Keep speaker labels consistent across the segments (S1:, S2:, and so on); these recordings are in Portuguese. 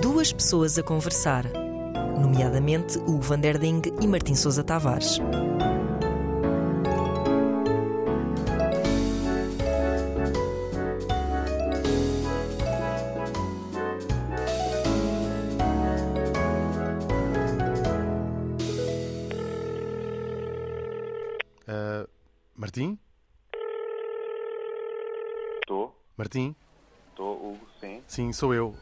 S1: duas pessoas a conversar, nomeadamente Hugo van der Ding e Martim Sousa Tavares.
S2: Ah, Martim?
S3: Estou,
S2: Martim?
S3: estou, Hugo, sim.
S2: Sim, sou eu.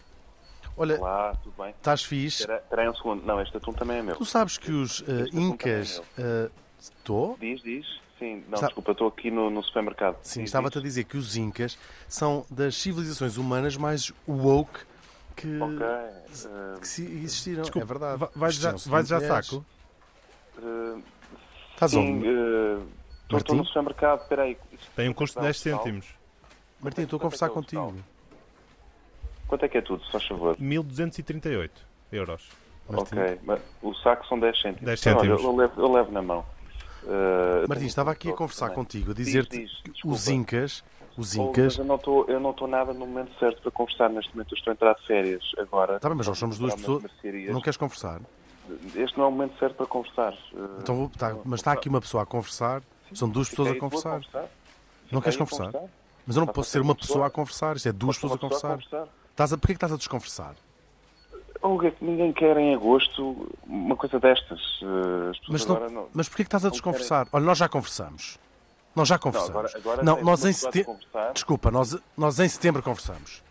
S2: Olha,
S3: Olá, tudo bem?
S2: estás fixe?
S3: Espera espera aí um segundo. Não, este atum também é meu.
S2: Tu sabes que os ah,
S3: assunto
S2: Incas. eh, Estou?
S3: Diz, diz. Sim, não,
S2: Sa-
S3: desculpa, estou aqui no, no supermercado.
S2: Sim,
S3: Diz,
S2: estava-te a
S3: diz.
S2: dizer que os Incas são das civilizações humanas mais woke que,
S3: Ok.
S2: que se existiram.
S4: Desculpa,
S2: é verdade.
S4: va- vais já-
S2: Vestiam-se de
S4: vais já
S2: mulheres.
S4: saco?
S3: eh,
S2: Estás
S3: sim,
S2: onde?
S3: estou
S2: um- Martim?
S3: no supermercado. Espera aí. Isto-
S4: Tem um custo de 10 cêntimos.
S2: Martim, estou a
S3: quanto é
S2: conversar
S3: que é o total?
S2: contigo.
S3: Quanto é que é tudo, se faz favor?
S4: 1238 euros.
S2: Martim,
S3: Ok, mas o saco são 10 cêntimos.
S4: 10
S3: Então, olha,
S4: cêntimos.
S3: eu, levo, eu levo na mão. Eh,
S2: Martim,
S3: tenho-
S2: estava aqui a
S3: tô-
S2: conversar
S3: também.
S2: contigo, a
S3: Diz,
S2: dizer-te
S3: diz,
S2: que
S3: desculpa.
S2: os Incas. Os
S3: Oh,
S2: Incas.
S3: Mas eu não estou- eu não estou nada no momento certo para conversar neste momento. Eu estou a entrar de férias agora.
S2: Tá bem, mas nós somos duas
S3: Para
S2: pessoas.
S3: umas mercearias.
S2: Não queres conversar?
S3: Este não é o momento certo para conversar. Eh,
S2: Então, vou- tá- mas está aqui uma pessoa a conversar. São duas pessoas a
S3: fiquei- vou
S2: conversar. Não queres
S3: Fiquei a
S2: conversar? Mas eu não
S3: Tá,
S2: posso
S3: tá,
S2: ser
S3: tá,
S2: uma
S3: tá,
S2: pessoa
S3: tá.
S2: a conversar, isto é duas pessoas a
S3: Uma pessoa
S2: conversar. Estás a... Porquê que estás a desconversar?
S3: Olga, É um que ninguém quer em agosto uma coisa destas. Eh, As pessoas
S2: Mas,
S3: agora
S2: não...
S3: não.
S2: Mas porquê que estás a desconversar? Olha, nós já conversamos. Nós já conversamos.
S3: agora- agora
S2: Não,
S3: tens
S2: nós
S3: uma
S2: em
S3: pessoa a
S2: setembro.
S3: conversar.
S2: Desculpa, nós, nós em setembro conversamos.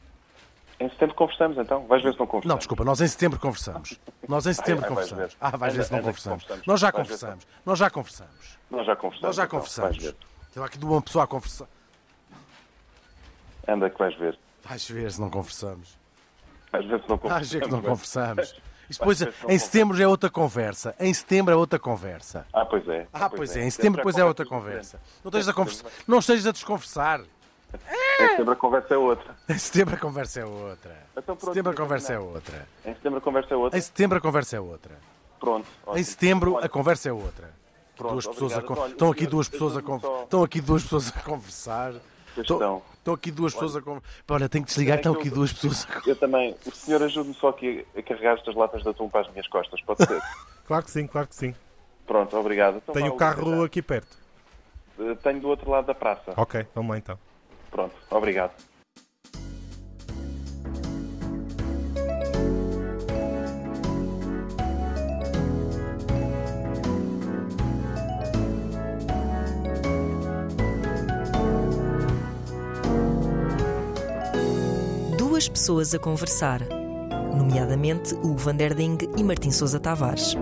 S3: Em setembro conversamos então. Vais ver se não conversamos.
S2: Não, desculpa, nós em setembro conversamos. Nós em setembro
S3: ai, vais
S2: conversamos.
S3: ver.
S2: Ah, vais
S3: Ai,
S2: ver se não
S3: ai, vai que
S2: conversamos.
S3: conversamos.
S2: Nós já
S3: Vais ver se não-
S2: conversamos. Nós já conversamos.
S3: Nós já conversamos.
S2: Nós já
S3: então.
S2: conversamos.
S3: Vais ver.
S2: Estava aqui de uma pessoa a conversar.
S3: Anda que vais ver.
S2: Vais ver se não conversamos.
S3: Às vezes não conversamos.
S2: Vais ver Ah, que não
S3: Vai-
S2: conversamos. Isto
S3: vai
S2: depois,
S3: ver se não
S2: em setembro é outra conversa. Em setembro é outra conversa.
S3: Ah, pois é.
S2: Ah, pois é, em setembro depois é
S3: já
S2: outra
S3: conversas
S2: conversa. Não estejas a conversar, não estejas a desconversar.
S3: diferentes. Em setembro a conversa é outra.
S2: Em setembro a conversa é outra.
S3: Então
S2: Em
S3: pronto,
S2: setembro a
S3: fica
S2: conversa é outra.
S3: Em setembro a conversa é outra.
S2: Em setembro a conversa é outra.
S3: Pronto.
S2: Em
S3: ótimo.
S2: setembro
S3: Olha,
S2: a conversa é outra.
S3: Pronto,
S2: duas pessoas a
S3: obrigado.
S2: con-
S3: Olha,
S2: estão aqui
S3: eu-
S2: duas
S3: eu
S2: pessoas a
S3: tenho
S2: con-
S3: só-
S2: estão aqui duas pessoas a conversar. Estão
S3: estão.
S2: estão aqui duas pessoas a conversar. Olha, tenho que desligar,
S3: é
S2: estão
S3: que
S2: aqui
S3: eu-
S2: duas pessoas a con-
S3: Eu também. O senhor ajude-me só aqui a carregar estas latas de atum para as minhas costas, pode ser?
S4: Claro que sim, claro que sim.
S3: Pronto, obrigado. Então
S4: Tenho
S3: vá,
S4: o carro
S3: obrigado.
S4: aqui perto.
S3: Eh, Tenho do outro lado da praça.
S4: Ok, vamos lá então.
S3: Pronto, obrigado.
S1: Duas pessoas a conversar, nomeadamente Hugo van der Ding e Martim Sousa Tavares.